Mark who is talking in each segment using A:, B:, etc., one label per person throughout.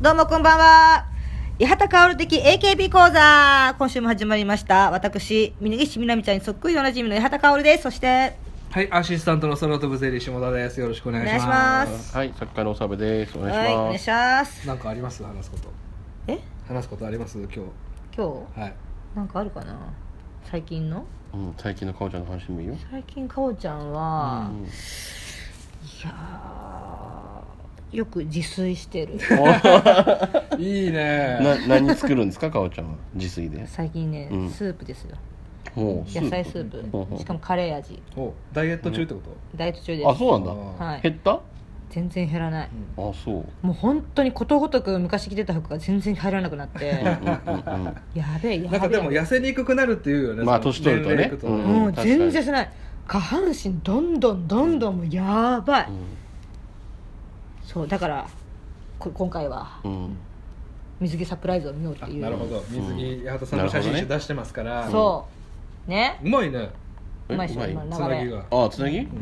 A: どうもこんばんは。八幡薫的 AKB 講座。今週も始まりました。私、峯岸みなみちゃんにそっくりおなじみの八幡薫です。そして、
B: はい、アシスタントの空飛ぶゼリー下田です。よろしくお願いし
A: お願
B: ま。
A: いしますす
C: はい、作家のおさぶです。お願い
A: はい、お願い
C: し
A: します。
B: なんかあります話すこと。
A: え
B: 話すことあります今日。
A: 今
B: はい。
A: 日、なんかあるかな最近の
C: ます。うん、最近のかおちゃんの話でもいいよ。
A: 最近、かおちゃんは
C: う、
A: い
C: ん
A: やーよく自炊してる。
B: いいね。
C: な、何作るんですか、かおちゃんは。自炊で。
A: 最近ね、
C: うん
A: スープですよ。
C: おう
A: 野菜ス
C: プ
A: ー
C: ほうほ
A: プ。
C: う
A: しかもカレー味。
B: お、ダイエット中ってこと。
A: ダイエット中で
C: あ、
A: す。
C: そうなん
B: あ
A: はい
C: だ。。減った。あ、
A: 全然減らない。
C: そう。
A: もう本当にことごとく昔着てた服が全然入らなくな って。
C: うん、うん、
A: やべえやべえ
B: なんかでも痩せにくくなるっていうよね。
C: まあ
B: その
C: 年取ると
B: 年
C: ね
B: 齢いくと
C: うん
A: もう全
C: 確か
A: 然
C: に
A: しない下半身どんどんどんどんもうやばい、そうだからこ今回は
C: うん、うん。
A: 水着サプライズを見ようって
B: あ
A: いう
B: なるほど。水着八幡さんの写真集出してますから。
A: そうね
B: うまいね。
C: え
A: うまいっしょ
C: う
A: 今
C: ま
A: の
B: つな
A: 流
C: い
B: ぎ
A: れ、
B: が。
C: あ、つなぎ。あ
A: うん、
C: あ、か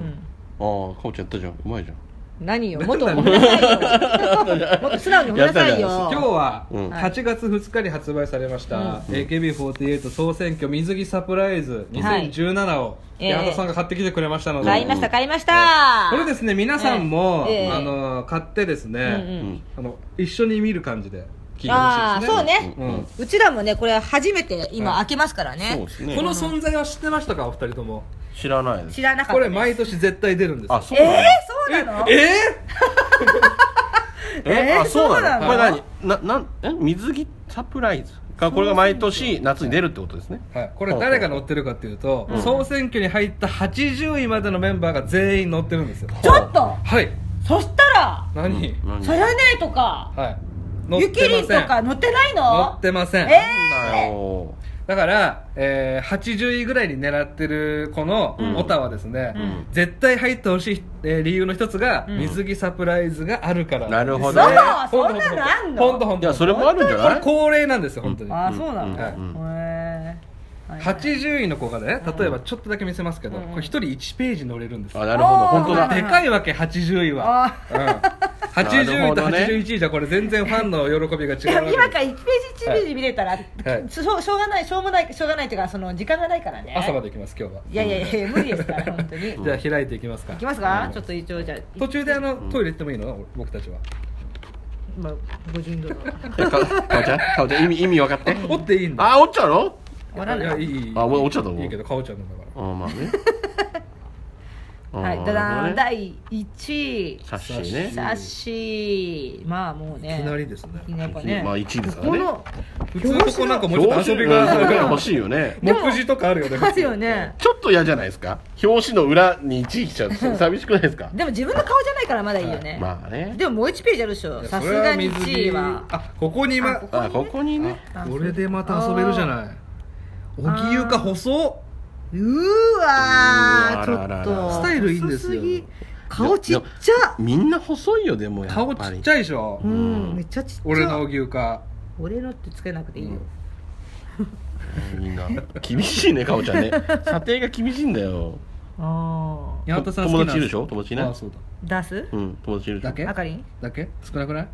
C: おちゃんやったじゃん。うまいじゃん。
A: 何よもっと褒めなさ いよもっと素直に褒めなさいよ
C: やったじゃない
B: 今日は
C: うん
B: 8月2日に発売されました、AKB48 総選挙水着サプライズ2017を
A: ええ
B: 八幡さんが買ってきてくれましたので、
A: 買いました買いました、
B: これですね皆さんも、
A: ええ
B: あの買ってです
A: うんう
B: ね、
A: ん
B: あの一緒に見る感じで聞いて
A: あ
B: ほ
A: あ
B: しいですね
A: そうね、
B: うん
A: うちらもねこれ初めて今
B: はい
A: 開けますからね、
C: そうですね。
B: この存在は知ってましたかお二人とも
C: 知らないです
A: 知。らなかっ
B: こ
A: た
B: れ
A: です
B: 毎年絶対出るんです
C: あ、
B: よ
C: そう
A: え
C: な
A: ー、そうな
C: の。
A: の
B: え
A: えー
C: あ、そうなの。
A: そ
C: こ
A: う
C: れ
A: なの
C: 何、な、なん、え、水着サプライズ。が、これが毎年夏に出るってことですね。
B: えはい、これ誰が乗ってるかっていうと、総選挙に入った80位までのメンバーが全員乗ってるんですよ
A: ちょっと
B: はい
A: そしたら
B: 何、
C: 何。
A: さやねえとか
B: はい乗って
A: ゆ
B: ま
A: き
B: せん
A: りんとか乗ってないの
B: 乗ってません、
A: え
C: なんだよ。
B: だから、えー80位ぐらいに狙ってるこのオタはですね、絶対入ってほしい、えー理由の一つが、水着サプライズがあるから
C: なるほ
A: ど
C: ど、ね。
A: そうそんなのあんの
B: 本当本
C: い
B: 当
C: や、それもあるんじゃ
B: こ
C: な
B: れ
C: い。
B: 恒例なんですよ本当に、
A: ああそうなんだ、
B: うん
A: へえはい
B: 80位の子がね例えばちょっとだけ見せますけど、これ1人1ページ乗れるんですよ、
C: あ、なるほど、
A: おー
C: 本当だ。
A: はい
B: でかいわけ80位は、うん、80位と81位じゃこれ全然ファンの喜びが違
A: いや
B: うわけ
A: 今
B: で
A: から1ページ1ページ見れたら、
B: い
A: しょうしょうがないしょうもないしょうがないというかその時間がないからね
B: す朝までいきます今日はい
A: やいやいや無理ですから本当に
B: じゃあ開いていきますか
A: いきますか、ちょっと一応じゃあ
B: 途中であのトイレ行ってもいいの僕たちは
A: まあご人道だわ
C: えかかおちゃん、かおちゃん、意味、意味分かって。
B: 折っていいんだ
C: あ、おっちゃうの。
A: 終わらない
B: いやいいいい
C: あ俺落ちたと思う
B: いいけどかおちゃんのだから
C: あ、まあ ね。
A: はい
C: あ
A: ダダーン、
C: なる
A: 第1位
C: ほどね。冊子ね。
A: さっしーまあもうね
B: いきなりですね
A: やっぱね
C: まあ一位ですから
A: こ
C: ね
A: この
B: 普通ここなんかもうちょっ
C: 表
B: と遊
C: 紙
B: び
C: が
B: が
C: 欲しいよね。
B: 目次とかあるよね
A: あるよね
C: ちょっと嫌じゃないですか。表紙の裏に1位来ち ゃうと寂しくないですか。
A: でも自分の顔じゃないからまだいいよね、
C: まあね。
A: でももう1ページあるでしょ
B: 普通
A: さす
B: それ
A: がに
B: 水着
A: 1位は
B: あここに
A: あ
B: 今
A: こ
C: あ、ここにね。
A: あ
B: これでまた遊べるじゃない荻ゆか細っ
A: うーわー
C: うわー
A: ちょ
C: あら
A: っ
C: ら
A: と
C: ら
B: スタイルいいんですよ
A: 細ぎ顔ちっちゃ
C: みんな細いよでもやっぱ
B: 顔
C: り。
B: ちっちゃいでしょ
A: うんめっちゃちっちゃ
B: 俺の荻ゆか
A: 俺のってつけなくていいよ、
C: みんな厳しいね、かおち ゃんね。査定が厳しいんだよ。
A: あ
B: 八幡さん好き
C: 友
B: な
C: 達いるでしょ友達いない
B: あそう
A: あ出す
C: うん、友達いるでし
B: だ
C: ょ
B: だ。け
A: あかりん
B: だけ少なくない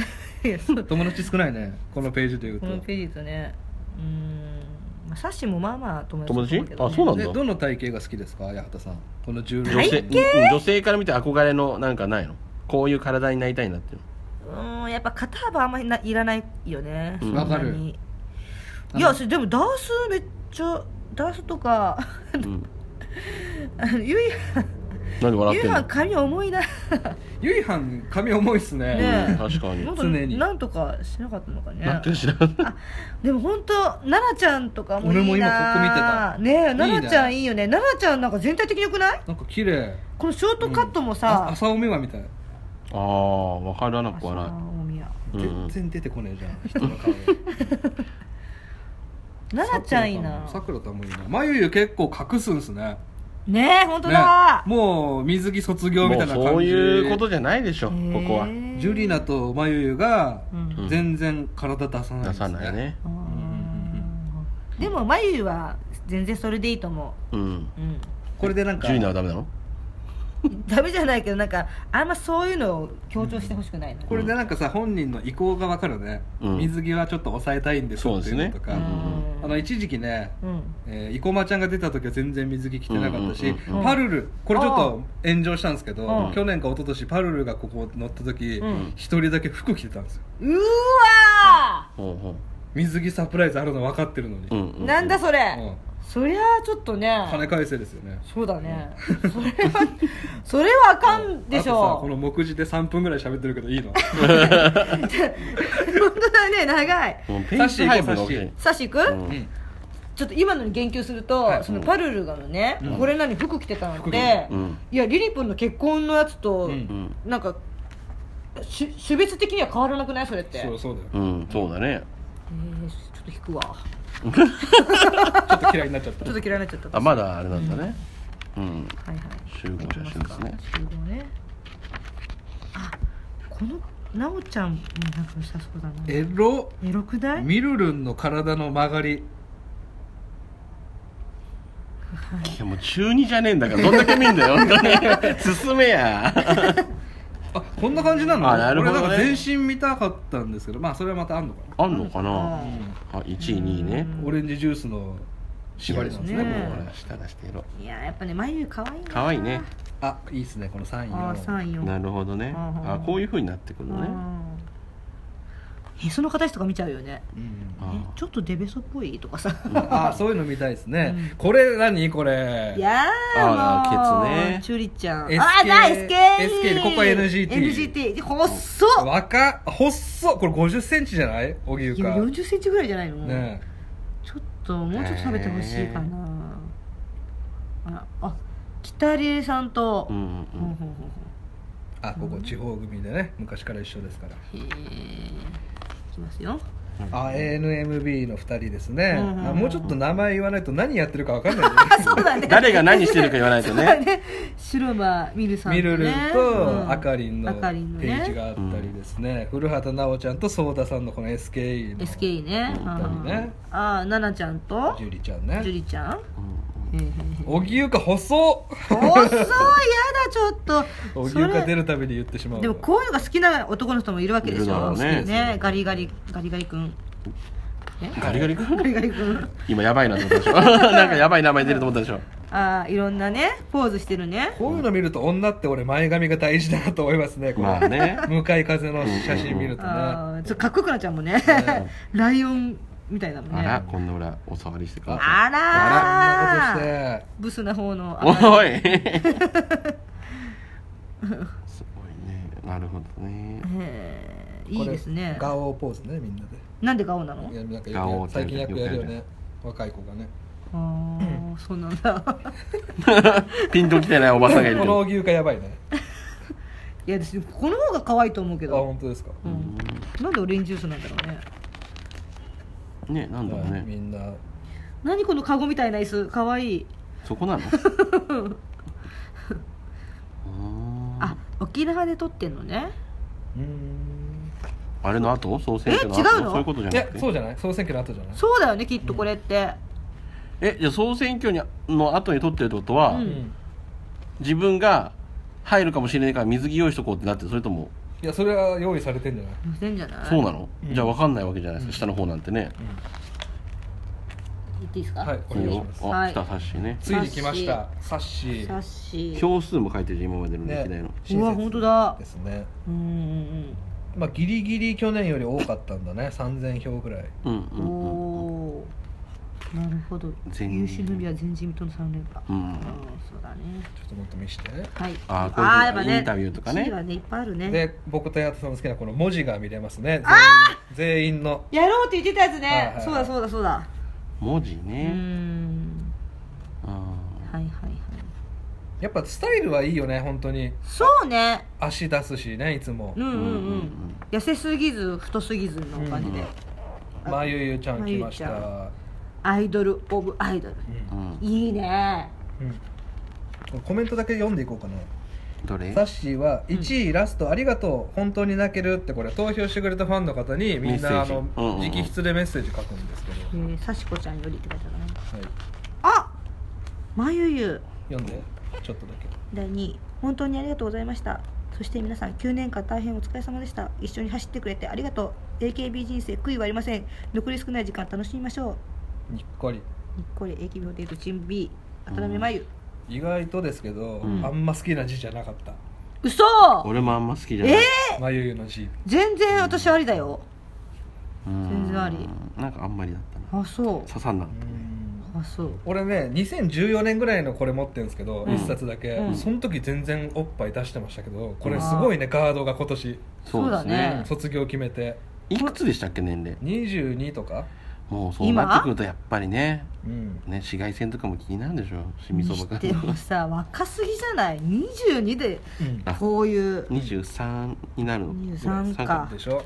A: いやそう
B: 友達少ないねこのページでいう
A: この
B: と
A: ページとねうーんまあサッシもまあまあ友達だと思
C: 友達
A: うけどね
C: あ、そうなん
B: で
C: だ。
B: どの体型が好きですか八幡さんこの16
C: 女性うん女性から見て憧れのなんかないのこういう体になりたいなっていう
A: うーんやっぱ肩幅あんまりないらないよね
C: う
A: そん
C: ん
A: なに
B: わかる
A: いやそれでもダースめっちゃダースとか
C: の、うん、
A: あのゆい
C: 何笑っ
A: ゆ
C: て
A: い
C: ん
A: は
C: の、
A: ん髪重いな
B: ゆいはん髪重いっすね
A: ね
C: うん確かに
A: なんか
B: 常に
A: なんとかしなかったのか
C: なん
A: ね
C: て知らん
A: でも本当奈々ちゃんとかもいいな
B: 俺も今ここ見てた
A: ねえ奈々ちゃ
B: いい
A: んいいよね奈々ちゃんなんか全体的によくない
B: なんか綺麗
A: このショートカットも
B: あ
A: さ、
B: 朝おめはみたい
C: ああ分からなくは
A: 朝
C: な
A: 大宮
C: い、うん
B: 全、然出てこねえじゃん人の顔が
A: 奈々ちゃんいいな
B: さくらたんもいいな眉毛結構隠すんすね
A: ねえ本当だ、
B: ねもう水着卒業み
C: も
B: た
C: う
B: いな感じ
C: そういうことじゃないでしょこ
A: へえ
C: こは
B: ジュリナと眉毛が
A: うん
B: 全然体出さないんです、
C: 出さないね
A: あー
B: ん
A: でもまゆは全然それでいいと思
C: うん
A: う、うん、
B: これでなんか
C: ジュリナはダメなの
A: ダメじゃないけどなんかあんまそういうのを強調してほしくないな、
B: これでなんかさ本人の意向が分かるね、
C: うん
B: 水着はちょっと抑えたいんです
C: そ
B: っ
C: うで
B: てい
C: す
B: うの
C: ね
B: と
C: う
B: か、
C: ん
B: あの一時期ね、
A: うん
B: えー、生駒ちゃんが出た時は全然水着着てなかったし、
C: うんうん
A: うんうん
B: パルルこれちょっと炎上したんですけど、
A: うん
B: 去年か一昨年パルルがここ乗った時一、
A: うん
B: 人だけ服着てたんですよ
A: うーわ
C: ほうほ
B: 水着サプライズあるの分かってるのに、
C: ううんう
A: ー、なんだそれ、
B: うん
A: そりゃあちょっとね
B: 金返せですよね
A: そうだね、それはそれはあかんでし
B: あとさ
A: ょ
B: この目次で3分ぐらい喋ってるけどいいの
A: 本当だね長い
C: もうペース配分が
B: 差し
C: おかしい
B: 入れ
A: サシく、
C: うん
B: うん
A: ちょっと今のに言及すると、
B: はい
A: そのパルルがのね、
B: うん
A: これ何服着てたのって、
C: 服うん
A: いやリリポンの結婚のやつと、
B: うん
C: うん
A: なんかし種別的には変わらなくないそれって
B: そうそうだよ
C: うんそうだね
A: えー、ちょっと引くわ
B: ちょっと嫌いになっちゃっ
A: ちょ
B: た
A: っと嫌いになっちゃった
C: あまだあれなんだねうん
A: はいはい
C: 集合写真ですね
A: 集合ねあこのなおちゃんもなんか良さそうだなエ
B: エロ
A: ロくない
B: ミルルンの体の曲がり
C: いやもう中二じゃねえんだからどんだけ見んだよ本当に進めや
B: あこんな感じなの
C: あなるほどね
B: 俺なんか全身見たかったんですけどまあそれはまたあんのか
C: あんのかな
A: う
B: な、
A: ん
C: あ一位二位ね
B: オレンジジュースの縛りなんですね
A: いや
B: こ
C: も
B: れ
C: う
B: は
C: ほら下出してやろう
A: いややっぱね眉可愛いな
C: 可愛いね
B: あいいですねこの3位
A: ああ三四
C: なるほどね
A: うん
C: あこういう風になってくるのね
A: うんへその形とか見ちゃうよね
B: うん
C: あ
A: えちょっとデベソっぽいとかさ
B: あそういうの見たいですね、
A: う
B: これ何これ
A: い や
C: あ
A: ー
C: ら
A: もう
C: ケツね
A: チュリちゃん
B: SK
A: あーない SK
B: SK でここは NGT
A: NGT 細っ
B: 若っ細っこれ5 0ンチじゃない荻生
A: いや
B: か
A: 40センチぐらいじゃないの、
B: ね
A: ちょっともうちょっと食べてほしいかな、ああ北里さんと、
C: うんうん
A: ほうほう
C: うん
A: ほうほ
B: あここ地方組でね昔から一緒ですから
A: うへえいきますよ
B: あ ANMB の2人ですね、
A: うんうんうん
B: あもうちょっと名前言わないと何やってるか分かん ない、ね、
A: あそうだね
C: 誰が何してるか言わないと
A: そうだ
C: ね
A: ね白間みるさん
B: みるるんとあか
A: 赤
B: りんのペ
A: あかりんのね
B: ージがあったりですね古畑奈央ちゃんとソ田さんのこの SKE の
A: SKE ね
B: うんね
A: ああ奈々ちゃんと
B: ジュリちゃんね
A: 樹里ちゃん
C: う
A: へえ
C: ん
A: へえへえ
B: 荻生か細っ
A: 遅いやだちょっと
B: 荻
A: それ
B: 生か出るたびに言ってしまう
A: でもこういうのが好きな男の人もいるわけで
C: い
A: し
C: るだろ
A: ょ
C: うね
A: ねガリガリガリガリ君
C: ガリガリ君
A: ガリガリ君
C: 今やばいなと思ったで しょなんかやばい名前出ると思ったでしょ
A: ああいろんなねポーズしてるね
B: こういうの見ると女って俺前髪が大事だなと思いますねこれ
C: まあね
B: 向かい風の写真見るとね
A: ああちょっとかっこよくなっちゃうもんねライオンみたいだもんね
C: あらこんな裏お触りしてくださ
A: あ
B: あらこん
A: らー
B: なこ
A: ブスな方の
C: いお
A: い
C: いすごいねなるほどね
B: として
A: いいですね
B: これガオーポーズねみんなで
A: なんで顔なの
B: いやなんかよくや
C: ガオー
B: 最近よくやるよ
C: よくや
B: ね若い子がね
A: ああそうなんだ
C: ピンときてないおばさんがいる
B: こ
C: け
B: の
C: ど
B: 荻生かやばいね
A: いや私この方が可愛いと思うけ
B: あ
A: ど、
B: 本当ですか
A: うん、なんでオレンジジュースなんだろうね
C: ねなんだろう
B: はい
C: ね
B: みんな
A: 何このカゴみたいな椅子可愛い
C: そこなの
A: あ
C: あ
A: 沖縄で撮ってんのね
B: うーん
C: あれの後総選挙の後
A: え違うの
C: そういうことじゃ
B: い
C: な
B: や
C: くて
B: そうじゃない総選挙の後じゃない
A: そうだよねきっとこれって、
C: えじゃあ総選挙にの後に取ってるってことは、
A: う
B: うんん
C: 自分が入るかもしれないから水着用意しとこうってなってそれとも
B: いやそれは用意されてんじゃない
A: 載せんじゃない
C: そうなの、
B: うん
C: じゃあ分かんないわけじゃないですか、下の方なんてね
A: 言っていいですか
B: はいお
C: いい
B: 願いし
C: よ
B: ます
C: あ、
A: はい
C: 来たサッシーね
B: ついに来ましたサッシ
A: サッ
B: ー
A: シー
C: 票数も書いてる今までの歴代の、
B: ね
A: うわ本当だ
B: ですね
A: うんうん
B: まあギリギリ去年より多かったんだね3000票ぐらい
C: うん
A: う
C: うんんうん
A: おーなるほど
C: 全
A: 有志組は前人との3連覇
C: うん
A: そうだね
B: ちょっともっと見して
A: はい
C: あーこういう
A: ーやっぱね
C: インタビューとかね
A: 1位はねいっぱいあるね
B: で僕と八幡さんの好きなこの文字が見れますね全員全員の
A: やろうって言ってたやつね、
B: はいはいはい
A: そうだそうだそうだ
C: 文字
A: うー
C: ね、
A: ん
C: うん
A: はいはいはい
B: やっぱスタイルはいいよね本当に
A: そうね
B: 足出すしねいつも
A: うんうんうん、
C: うんうんうん
A: 痩せすぎず太すぎずの感じで、
B: うんまゆゆちゃん来まし
A: まゆ
B: た
A: アイドルオブアイドル
C: うん
A: いいね
B: うんコメントだけ読んでいこうかな
C: どれ
B: サッシーは1位ラストありがとう本当に泣けるってこれ投票してくれたファンの方にみんな
C: メッ
B: あ
C: セージ
B: の
C: うんうんうん
B: 直筆でメッセージ書くんですけど
A: えー、さしこちゃんよりって書いてあるかな
B: はい
A: あまゆゆ
B: 読んでちょっとだけ
A: 第2位本当にありがとうございましたそして皆さん9年間大変お疲れ様でした一緒に走ってくれてありがとう AKB 人生悔いはありません残り少ない時間楽しみましょう
B: にっこり
A: にっこり AKB48 チーム B 渡辺真由、
B: 意外とですけど、
C: うん
B: あんま好きな字じゃなかった
A: 嘘
C: 俺もあんま好きじゃない
A: えー、
B: まゆゆの字
A: 全然私ありだよ
C: うん
A: 全然あり
C: なんかあんまりだったな
A: あそう
C: 刺さんなかっ
A: あそう
B: 俺ね2014年ぐらいのこれ持ってるんですけど、
A: うん
B: 一1冊だけ、
A: うん
B: その時全然おっぱい出してましたけどこれすごいねガードが今年
C: た
A: そうだね
B: 卒業決めて
C: いくつでしたっけ年齢
B: 22とか、
C: もうそうなってくるとやっぱりね
B: うん、
C: ね紫外線とかも気になるんでしょし
A: に
C: みそば
A: し
C: か
A: てもさ若すぎじゃない22で
B: うん
C: あ
A: こういう
C: 23になるの
A: 23か
B: でしょ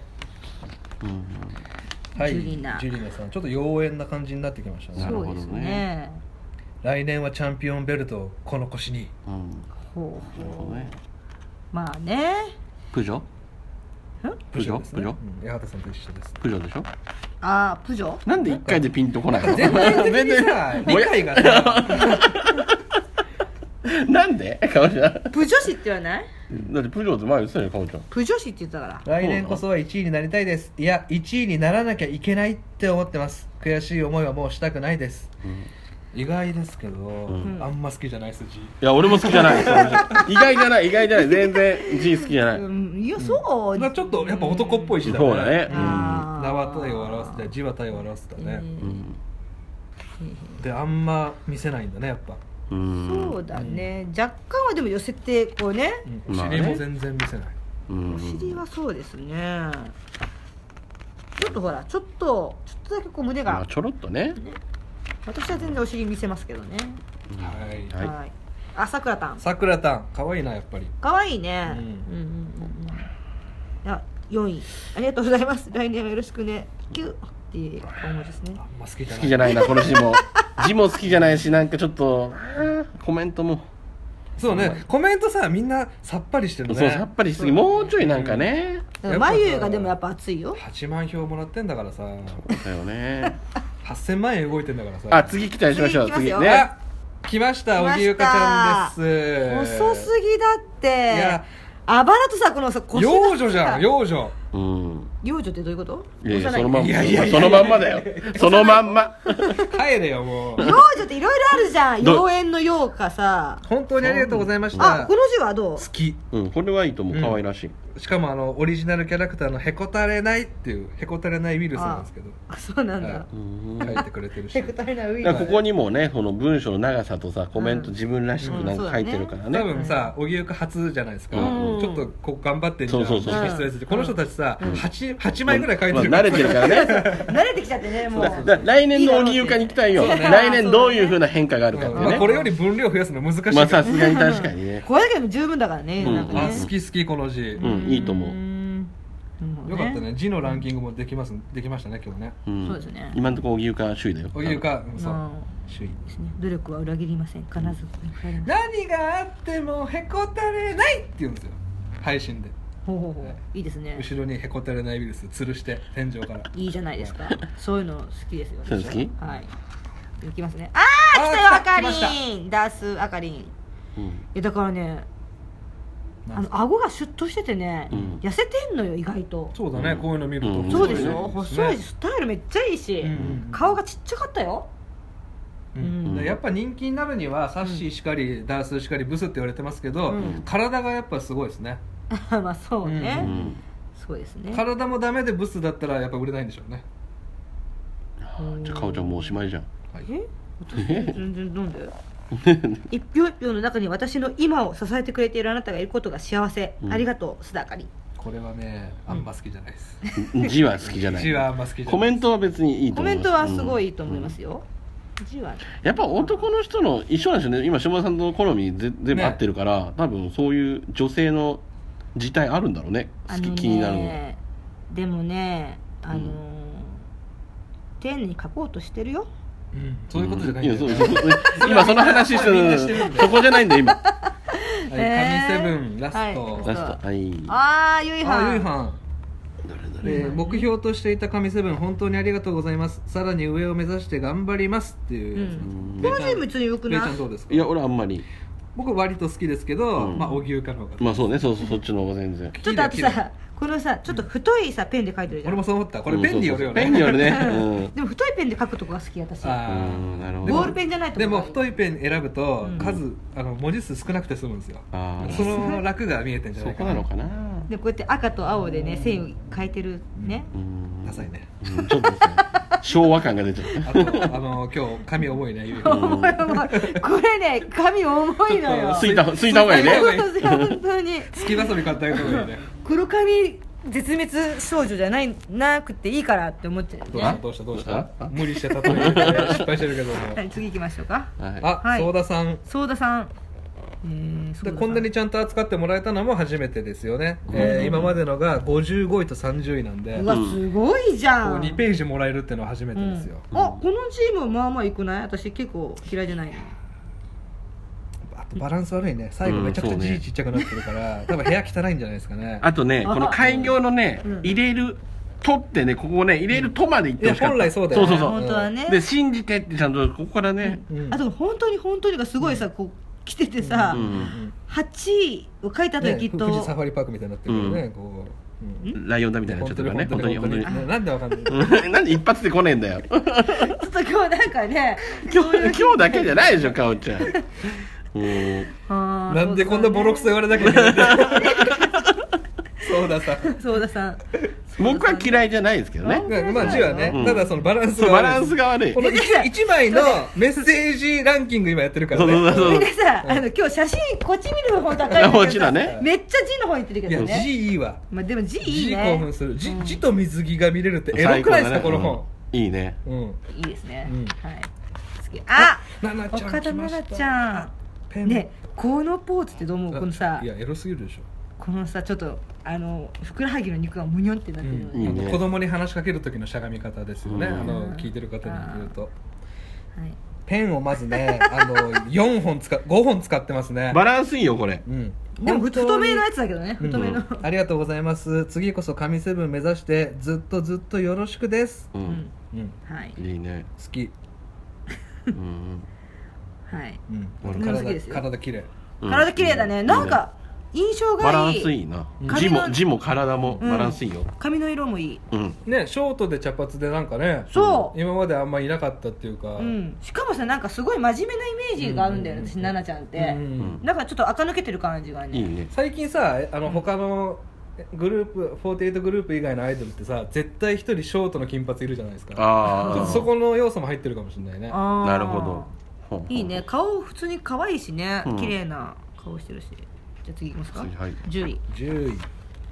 C: うんうん
B: はい
A: ジュリナ
B: ジュリナさんちょっと妖艶な感じになってきました
C: な
B: ね
C: る
A: そ
C: ほ
A: う
C: どね
A: ですね
B: 来年はチャンピオンベルトをこの腰に
C: うん
A: ほう
C: なる
A: ほ
C: ほどね
A: うまあね
C: プジョプジョ
B: です
C: プジョ
B: うん八幡さんと一緒です
C: プジョでしょ
A: ああプジョ
C: なんで一回でピンとこないの
B: 全体的に さ理解がさ
C: なんで かおちゃんだ
A: プジョ氏って言わない
C: ってプジョって前言ってたよかおちゃん
A: プジョ氏って言ってたから
B: 来年こそは1位になりたいですいや1位にならなきゃいけないって思ってます悔しい思いはもうしたくないです
C: うん
B: 意外ですけど、
C: ん
B: あんま好きじゃない筋
C: いや俺も好きじゃない意外じゃない意外じゃない全然 G 好きじゃない、
A: うんいやそう、
B: まあちょっとやっぱ男っぽい字だね
C: そうだね、
A: あー
B: 名は体を表して字は体を表してたね、
C: うん
B: であんま見せないんだねやっぱ、
C: うん
A: そうだね、若干はでも寄せてこうね、
B: お
C: まあね
B: 尻も全然見せない、
C: うん
A: お尻はそうですねちょっとほらちょっとちょっとだけこう胸
C: ま
A: が
C: あ、ちょろっとね
A: 私は全然お尻見せますけどね
B: はい
C: はい
A: あさくらたん
B: さくらたんかわいいなやっぱり
A: かわいいね、
B: うん
A: うんうんうんうんあ4位ありがとうございます来年はよろしくねキューっていう大文字ですね
B: あんま好きじゃ
C: 好
B: な
C: き
B: い
C: じゃないなこの字も字も好きじゃないしなんかちょっとコメントも、
B: そうねコメントさみんなさっぱりしてる
C: そうさ
B: ね
C: っぱりしすぎもうちょいなんかね、
A: だから眉がでもやっぱ熱いよ
B: 8万票もらってんだからさ
C: だよね
B: 8000万円動いてんだからさ
C: あ次期待しましょう
A: 次
C: 次
A: 行きますよ
C: ね
B: あ来ました
A: 来ました
B: 荻ゆかちゃんです
A: 細すぎだって
B: いや
A: あばらとさこのさ腰がさ
B: 幼女じゃん幼女
C: うん
A: 幼女ってどういうこと
C: いやいや
A: 幼
C: そのまん
B: いや
C: ま
B: いやいや
C: そのまんま だよそのまんま
B: 帰れよもう
A: 幼女っていろいろあるじゃん
C: ど
A: 妖艶の妖かさ
B: 本当にありがとうございまし
A: あ
B: た
A: こ
B: 好
A: の字はどう
B: き
C: うんこれはいいと思う可愛らしい、
B: しかもあのオリジナルキャラクターのへこたれないっていうへこたれないウイルスなんですけど
A: あそうなんだ
B: は
C: うん
B: 書いてくれてる
A: ヘ
B: し
A: クタイナウイ
C: だ
A: ルス
C: からここにもねその文章の長さとさコメン
A: う
C: ト
A: ん
C: 自分らしくなんか書いてるからね、
B: 多分さ荻ゆか初じゃないですか、
A: うん
B: ちょっとこう頑張ってんじゃん
C: そうそうそう
B: 職質のやつってこの人たちさ、八八 8, 枚ぐらい書いてるか
C: まあ
B: ら、
C: 慣れてるからね
A: 慣れてきちゃってね もう
C: だだ来年の荻ゆかに行きたいよ、
A: そうだね
C: 来年どういうふうな変化があるかって
B: うん
C: いう
B: ま
C: ね、
B: あ、これより分量増やすの難しいけど
C: まあさすがに確か にね
A: これだけでも十分だからね
C: うん
A: なんか
B: あ
A: ね
B: 好き好きこの字、
C: うんいいと思う
A: うん
B: よかったね字のランキングもできますできましたね今日ね
C: うん
A: そうですね
C: 今のところ荻ゆか首位だよ
B: 荻ゆかうん
A: うん
B: そう
A: で
B: 首位
A: すね努力は裏切りません必ず報われます
B: 何があってもへこたれないって言うんですよ配信で
A: ほうほうほういいですね
B: 後ろにへこたれないウイルス吊るして天井から
A: いいじゃないですかそういうの好きですよ
C: そういうの好き
A: はい行きますねあー来たよ
B: あー
A: あか
B: 来ました
A: りんダースあかりんい
C: うん
A: やだからねあ
B: なんか
A: の顎がシュッとしててね、
C: うん
A: 痩せてんのよ意外と
B: そうだね、
C: うん
B: こういうの見ると、
C: うん
A: そうでしょ
B: 面
A: 細
B: 白
A: いし
B: です
A: スタイルめっちゃいいし、
B: ねうんうん
A: 顔がちっちゃかったよ
B: う
A: うん
B: んでやっぱ人気になるにはサッシーしかり、ダースしかりブスって言われてますけど、
A: うん
B: 体がやっぱすごいですね
A: まあそうね、
B: う
C: うん
A: そうですね
B: 体もダメでブスだったらやっぱ売れないんでしょうね
A: うん
C: じゃあかおちゃんもうおしまいじゃん
A: え私全然飲んで一票一票の中に私の今を支えてくれているあなたがいることが幸せ、
C: うん
A: ありがとう須田あかり
B: これはねあんま好きじゃないです、
C: 字は好きじゃない
B: 字はあんま好きじゃない
C: コメントは別にいいと
A: コ
C: 思
A: メ
C: い
A: ン
C: ます
A: トはすごいいいと
C: う
A: 思
C: ん
A: いますよ、字は
C: やっぱ男の人の一緒なんですよね今下村さんの好みぜ全部
B: ね
C: 合ってるから、多分そういう女性の事態あるんだろうね好
A: あ
C: き
A: の
C: 気になるの
A: ねでもねあのー
C: う
A: 丁寧に書こうとしてるよ
B: うんそういうことじゃないんだ
C: や
B: よ、
C: そ
B: ね
C: うそう そう今その話して
B: みんなしてる
C: る
B: んだ
C: そこじゃないんだよ今
B: はい、
A: えー
B: 神セブンラスト、
A: は
C: ラ
A: い
C: ストはい
A: ああゆいはん
B: あゆいはん
C: どれどれ
B: えー目標としていた神セブン本当にありがとうございますさらに上を目指して頑張りますっていうやつ、
A: う
B: うんん、
A: この人別によく
B: レイ
A: な
B: ち
A: い
B: ゃんどうですか
C: いや俺あんまり
B: 僕割と好きですけど、
C: うん
B: まあ荻生かの方が、
C: まあそうねそうそうそっちの方が全然
A: ちょっとあとさこのさちょっと太いさペンで書いてるじゃ
B: 俺も
A: ん
B: そう思ったこれペンによるよね、
C: うんそうそうそうペンによるね
A: うんでも太いペンで書くとこが好き私
B: あー
C: うんなるほど
A: ボールペンじゃないと
B: でも
A: い
B: 太いペン選ぶと
A: うん
B: 数、あの文字数少なくて済むんですよ
C: あー
B: その楽が見えてんじゃ
C: そ
B: ないか
C: こな
B: な
C: のかな
A: でこうやって赤と青でね線を変えてるね
C: うん
B: ダサいね
C: うんちょっとですね昭和感が出ちゃった
B: あとあの今日髪重いねゆ うき
C: うん
A: 重い重いこれね紙重いのよ
C: すいたすいた方がいいね
A: 本当に
B: 隙間遊び買ってあげた方がいいね
A: 黒髪絶滅少女じゃないなくていいからって思ってる
B: どう
A: ね
B: したどうしたどうした
C: あ
B: 無理して例えて失敗してるけども
A: はい次行きましょうか
C: はい
B: あ、
A: はい
B: 相田さん
A: ソーダさんえーソーダ
B: で
A: さ
B: こんなにちゃんと扱ってもらえたのも初めてですよね、
C: うん
B: えー今までのが55位と30位なんで
A: うわ
B: こ
A: すごいじ
B: う
A: ゃん
B: 2ページもらえるってのは初めてですよ、
A: うんあこのチームまあまあいくない私結構嫌いじゃない
B: あとバランス悪いね最後めちゃくち
C: う
B: ゃ
C: んそうね
B: 字ちっちゃくなってるから、多分部屋汚いんじゃないですかね
C: あとね
A: あ
C: この開業のね
A: うん
C: 入れる「と」ってねここをね入れる「と」までいっ
B: い
C: て
B: や
C: ほしかった
B: 本来そうだよね
C: そうそうそ
A: 本当はね
C: うで「信じて」ってちゃんとここからね
B: うん
A: あと本当に本当にがすごいさこう来ててさ
C: うん
A: 8位を書いた
B: ね
A: 時
B: 富士サ
A: と
B: ファリパークみたいになってるよね、
C: うん
B: こう、
A: ん
C: ライオンだみたいになっちゃったからね本当に本当に
B: ねなんでわかんない
C: うん なんで一発で来ねえんだ よ
A: ちょっと今日なんかね
C: 今日今日だけじゃないでしょかおちゃんうん
A: あー
B: なんでこんなボロクソ言われなきゃいけないんだよ そうださ
A: ソーダさん
C: 僕は嫌いじゃないですけどね
B: まあ字はね、
C: うん
B: ただそのバランス
C: そう
B: が悪
C: バ
B: い
C: ランスが悪い
B: この 1, 枚のメッセージランキング今やってるか
C: そ
B: ら
C: う
B: ね
C: そう
A: そ
C: そ
A: れ
C: う
A: でさあの今日写真こっち見る方高いんだけどさ
C: こっちだね
A: めっちゃ字の方行ってるけ
B: い
A: ど
B: や
A: ね
B: 字いいわ
A: まあでも字いい
B: 字
A: ね
B: 興奮する字
A: うん
B: 字と水着が見れるってエロ
C: 最
B: く
C: 高
B: ない
C: だ
B: ですかこの本
C: うんいいね
B: うん
A: いいですね
B: うん
A: はい次あ
B: ななちゃん
A: 岡田
B: 来まし
A: 奈
B: た
A: 々ちゃん
B: ペン
A: ねこのポーズってどう思うこのさ
B: いやエロすぎるでしょ
A: このさちょっとあのふくらはぎの肉がむにょんってなってるの
B: う
A: ね、
B: ん
C: いいね
B: あと子供に話しかける時のしゃがみ方ですよね、
C: うん
B: あの聞いてる方に言うと
A: はい、
B: ペンをまずねあの4本使5本使ってますね
C: バランスいいよこれ
B: うん
A: でも
B: 本当に
A: 太めのやつだけどね太めの、
C: うん
B: ありがとうございます次こそ神セブン目指してずっとずっとよろしくです
C: う
A: うん
C: ん
B: うん
A: はい
C: いいね
B: 好き、
C: うん
A: はい、
B: うん、
C: 俺
A: も好きですよ
B: 体体綺麗
C: うん
A: 体綺麗だね、なんか印象
C: バラ
A: が
C: ン
A: いい
C: スいいな
B: うん
C: 字
A: 髪
C: も
A: の
C: 字も体もバランスいいよ
A: 髪の色もいい
C: うん
B: ねショートで茶髪でなんかね
A: そう、
B: 今まであんまいなかったっていうか
A: うんしかもさなんかすごい真面目なイメージがあるんだよね、
B: うん
A: 私奈々ちゃん
B: う
A: って、
B: ん
A: なんかちょっと垢抜けてる感じがね
C: いいね
B: 最近さあの他のグループ48グループ以外のアイドルってさ絶対一人ショートの金髪いるじゃないですかちょ
C: あ
B: っと
C: あ
B: そこの要素も入ってるかもしれないね
A: あー
C: なるほどほうほう
A: いいね顔普通に可愛いしね
C: うん
A: 綺麗な顔してるしじゃあ次いきますか
C: 次はい
A: 10位
B: 10位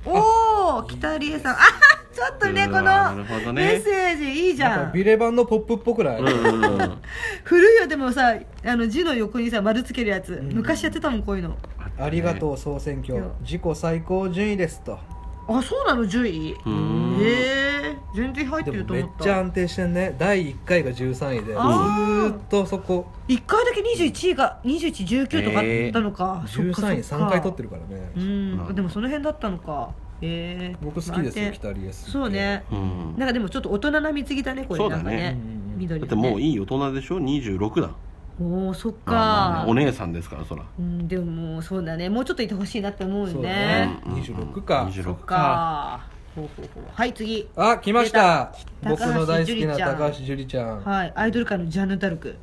A: おお北理恵さんあははちょっとね
C: う
A: こ
C: わなるほ
A: の
C: どね
A: メッセージいいじ
B: な
A: ゃ
B: んか
A: ん
B: ビレ版のポップっぽくらい、
C: うんうんうんあ
A: 古いよでもさあの字の横にさ丸つけるやつ、
B: ん
A: 昔やってたもんこういうの
C: ったね
B: ありがとう総選挙、
A: うん
B: 自己最高順位ですと
A: あそうなの10位
C: うーん
A: へえ全然入って
B: で
A: る
B: も
A: と
B: めっ
A: 思った
B: ちゃ安定してんね第1回が13位でず
A: あー
B: ーっとそこ
A: 1回だけ21位が2119とかあったのか、そっか
B: 13位
A: そっか
B: 3回取ってるからね
A: うん、
C: うん
A: でもその辺だったのかへえ
B: 僕好きですよ
A: 安定
B: 北リエス
A: そうね
C: うん
A: なんかでもちょっと大人な貢ぎだねこれ
C: そう
A: な
C: だ
A: ん
C: ね
A: か
B: うん
A: ね
B: うんうん
A: 緑
C: だ
A: の
C: ってもういい大人でしょ26だ
A: おおそっか、
C: まあまあお姉さんですからそら
A: うん、でももうそうだねもうちょっといてほしいなって思う
B: そ
A: よ
B: うだ
A: ね
B: ね
C: うんうん
B: 26か
C: 26
A: そっかほうほうほうはい次
B: あ来ました
A: 出た
B: 僕の大好きな
A: 高
B: 高
A: 橋
B: 橋樹里ちゃん
A: はいアイドル界のジャンヌ・ダルク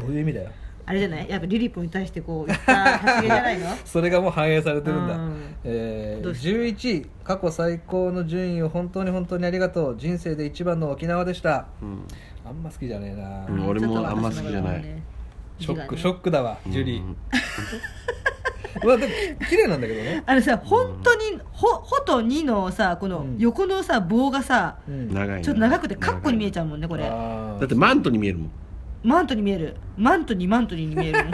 B: どういう意味だよ
A: あれじゃないやっぱリリポに対してこう言った発言じゃないの
B: それがもう反映されてるんだ、
A: うん
B: えー
A: どうして
B: 11位過去最高の順位を本当に本当にありがとう人生で一番の沖縄でした
C: うん
B: あんま好きじゃねえな、
C: うん 俺もあんま好きじゃない
B: ショック、シ
A: ッ
B: ョ
A: ク
B: ックだわジュリー、うわでもき綺麗なんだけどね、
A: あのさ本当にほほとにのさこの
B: うん
A: 横のさ棒がさ
B: う
C: うん
B: ん、
C: 長いね
A: ちょっと長くてカッコに見えちゃうもんねこれ
B: あー
C: だってマントに見 えるもん
A: マントに見えるマントにマントに見える
C: ね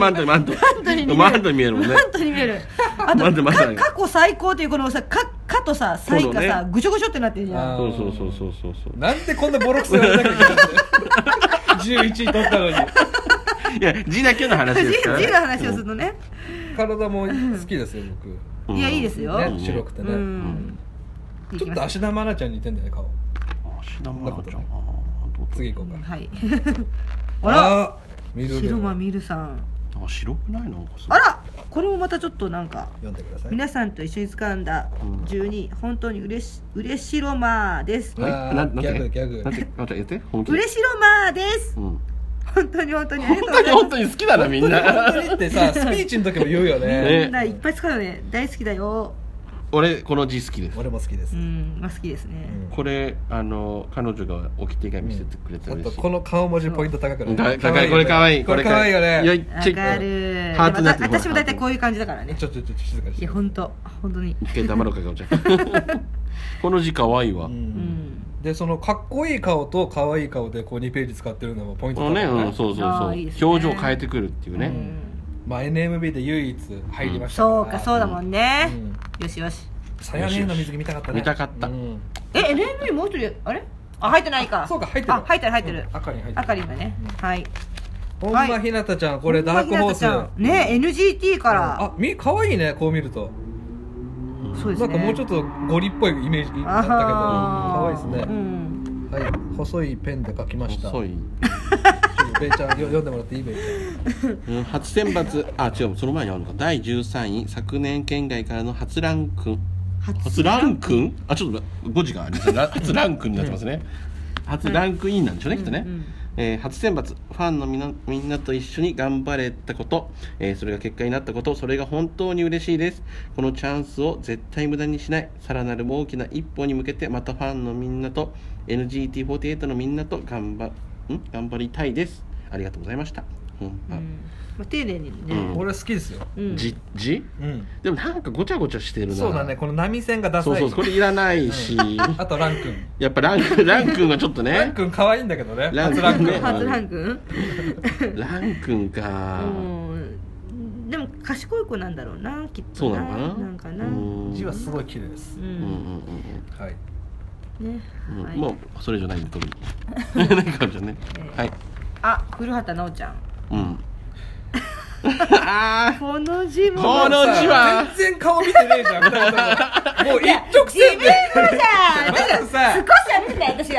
C: マントにマント
A: マントに見える
C: マントに見えるもんね
A: マントに見えるあ
C: マント
A: と
C: マント
A: か過去最高というこのさかかとさ最が
C: そ
A: さ
C: うだ
A: ぐちょぐちょってなってるじゃん
B: あ
C: そうそうそうそうそうそう
B: なんでこんなボロクソ言われなきゃい けないんだよ11位取ったのに
C: いや字だけの話ですか ら
A: ジの話をするのね、
B: 体も好きですよ僕
C: うん
A: いやいいですよ、
B: ね白くて
A: う
B: ね、
A: ん、い
B: ち
A: き
B: ょっ
A: ま
B: と
A: す
B: 芦田愛菜ちゃんに似てんだよね顔
C: 芦田愛菜ちゃんあーどう
B: 次行こう
A: うん
B: か
A: はい あら
B: あー見るけど
A: 白間みるさん
C: あ白くないなんかすご
A: あ
C: い
A: らこれもまたちょっとなんか
D: 読んでください
A: 皆さんと一緒に掴んだ
C: うん
A: 12、本当にうれしうれしろまーです
C: え
B: あー
C: ななんて
B: ギャグギャグ
C: なんてまたやって本気
A: う
C: で
A: れしろまーです
C: うん
A: 本当に本当にあり
C: 本
A: がとうご
C: 当に
A: ざい
C: 本
A: ま
C: 当に好きだなみん
B: 本
C: な
B: 当にってさスピーチの時も言うよね
A: す
C: ね
A: みんないっぱい使うよね大好きだよ
C: 俺この字好きです
D: 俺も好きです、
A: う
D: うん
A: んまあ好きですね
C: これあの彼女が置き手紙見せてくれた
D: あと
C: ら嬉しい
D: この顔文字ポイント高くない
C: だ高いこれ可愛い
B: これ可愛いよ
C: いや
B: ね
A: わ
C: チェ
A: か
C: ッ
A: る
C: クハートになって
A: で
C: る
A: も私も大体こういう感じだからね
D: ちょっとちょっと静かにし
A: い
D: て
A: や本当本当に
C: 一回黙ろうかかおちゃんこの字可愛いわ、
D: う
A: うんん
B: でそのかっこいい顔と可愛い顔でこう2ページ使ってるのもポイン
C: こ
B: ト
C: のね、
B: 高くな
C: う
B: い
C: ん、そうそう
A: あ
C: そ
A: ー
C: う
A: いいですね
C: 表情変えてくるっていう
A: う
C: ね、
A: ん
B: まあ NMB で唯一入りました
A: そうかそうだもんね
D: う、ん
A: よしよし
B: さやねえの水着見たかったね
C: 見たかった、
D: うん
A: え NMB もう一人あれあ入ってないか
B: そうか入ってる
A: あ入ってる入ってる、
B: うん赤に入って
A: あ
B: る
A: かりんがね、はい
B: ほんまひなたちゃんこれダークホース
A: ほんまひなたちゃんね NGT から、
B: あみ可愛いねこう見ると
A: そうです
B: な
A: ね
B: んかもうちょっとゴリっぽいイメージだったけど可愛いです
A: う
B: ね
A: ん、
B: はい細いペンで書きました
C: 遅い、
B: ちょっとベイちゃんよ読んでもらっていいベイち
C: うん初選抜あ違うその前にあるのか第13位昨年県外からの初ランクン初ランクンあちょっと5時がありますねラ初ランクンになってますね初ランクインなんでしょうね、きっとね、
A: うんうん
C: えー初選抜ファンのみなみんなと一緒に頑張れたこと、えーそれが結果になったことそれが本当に嬉しいですこのチャンスを絶対無駄にしないさらなる大きな一歩に向けてまたファンのみんなと NGT48 のみんなと頑張ん頑張りたいですありがとうございました、うん
A: う
C: あ
A: んまあ、丁寧に
C: う
B: ゃ
A: ね
B: ん、
C: ん
B: 俺好きですよ
A: うん
C: じじ
B: うん
C: でもなんかごちゃごちゃしてるな
B: そうだねこの波線がダサ
C: そ
B: いう
C: そうこれいらないし、
B: あとラン君
C: やっぱランクラン君がちょっと
B: ラン
C: ね
B: 君可愛いんだけどね
C: ラン
B: 初
C: 君
B: ラン君
C: ね
A: 初ランク
C: ラン君か、
A: うんでも賢い子なんだろうなきっと
C: そうなのかな
A: なんかな
C: う
A: うん
C: ん
B: 字はすごい綺麗です
C: うんうんうん
B: はい
A: ね、
C: うん、うん
A: はい、
C: もうそれじゃないんで特 になんかじゃね
A: えー
C: はい
A: あ古畑奈央ちゃん
C: うんあ
A: この字も
C: この字は
B: 全然顔見てねえじゃん二人とももう一直
A: 自分
B: 線
A: の
B: で
A: じゃん
B: まず
A: 少
B: さ
A: しは見てね私岡田奈央ち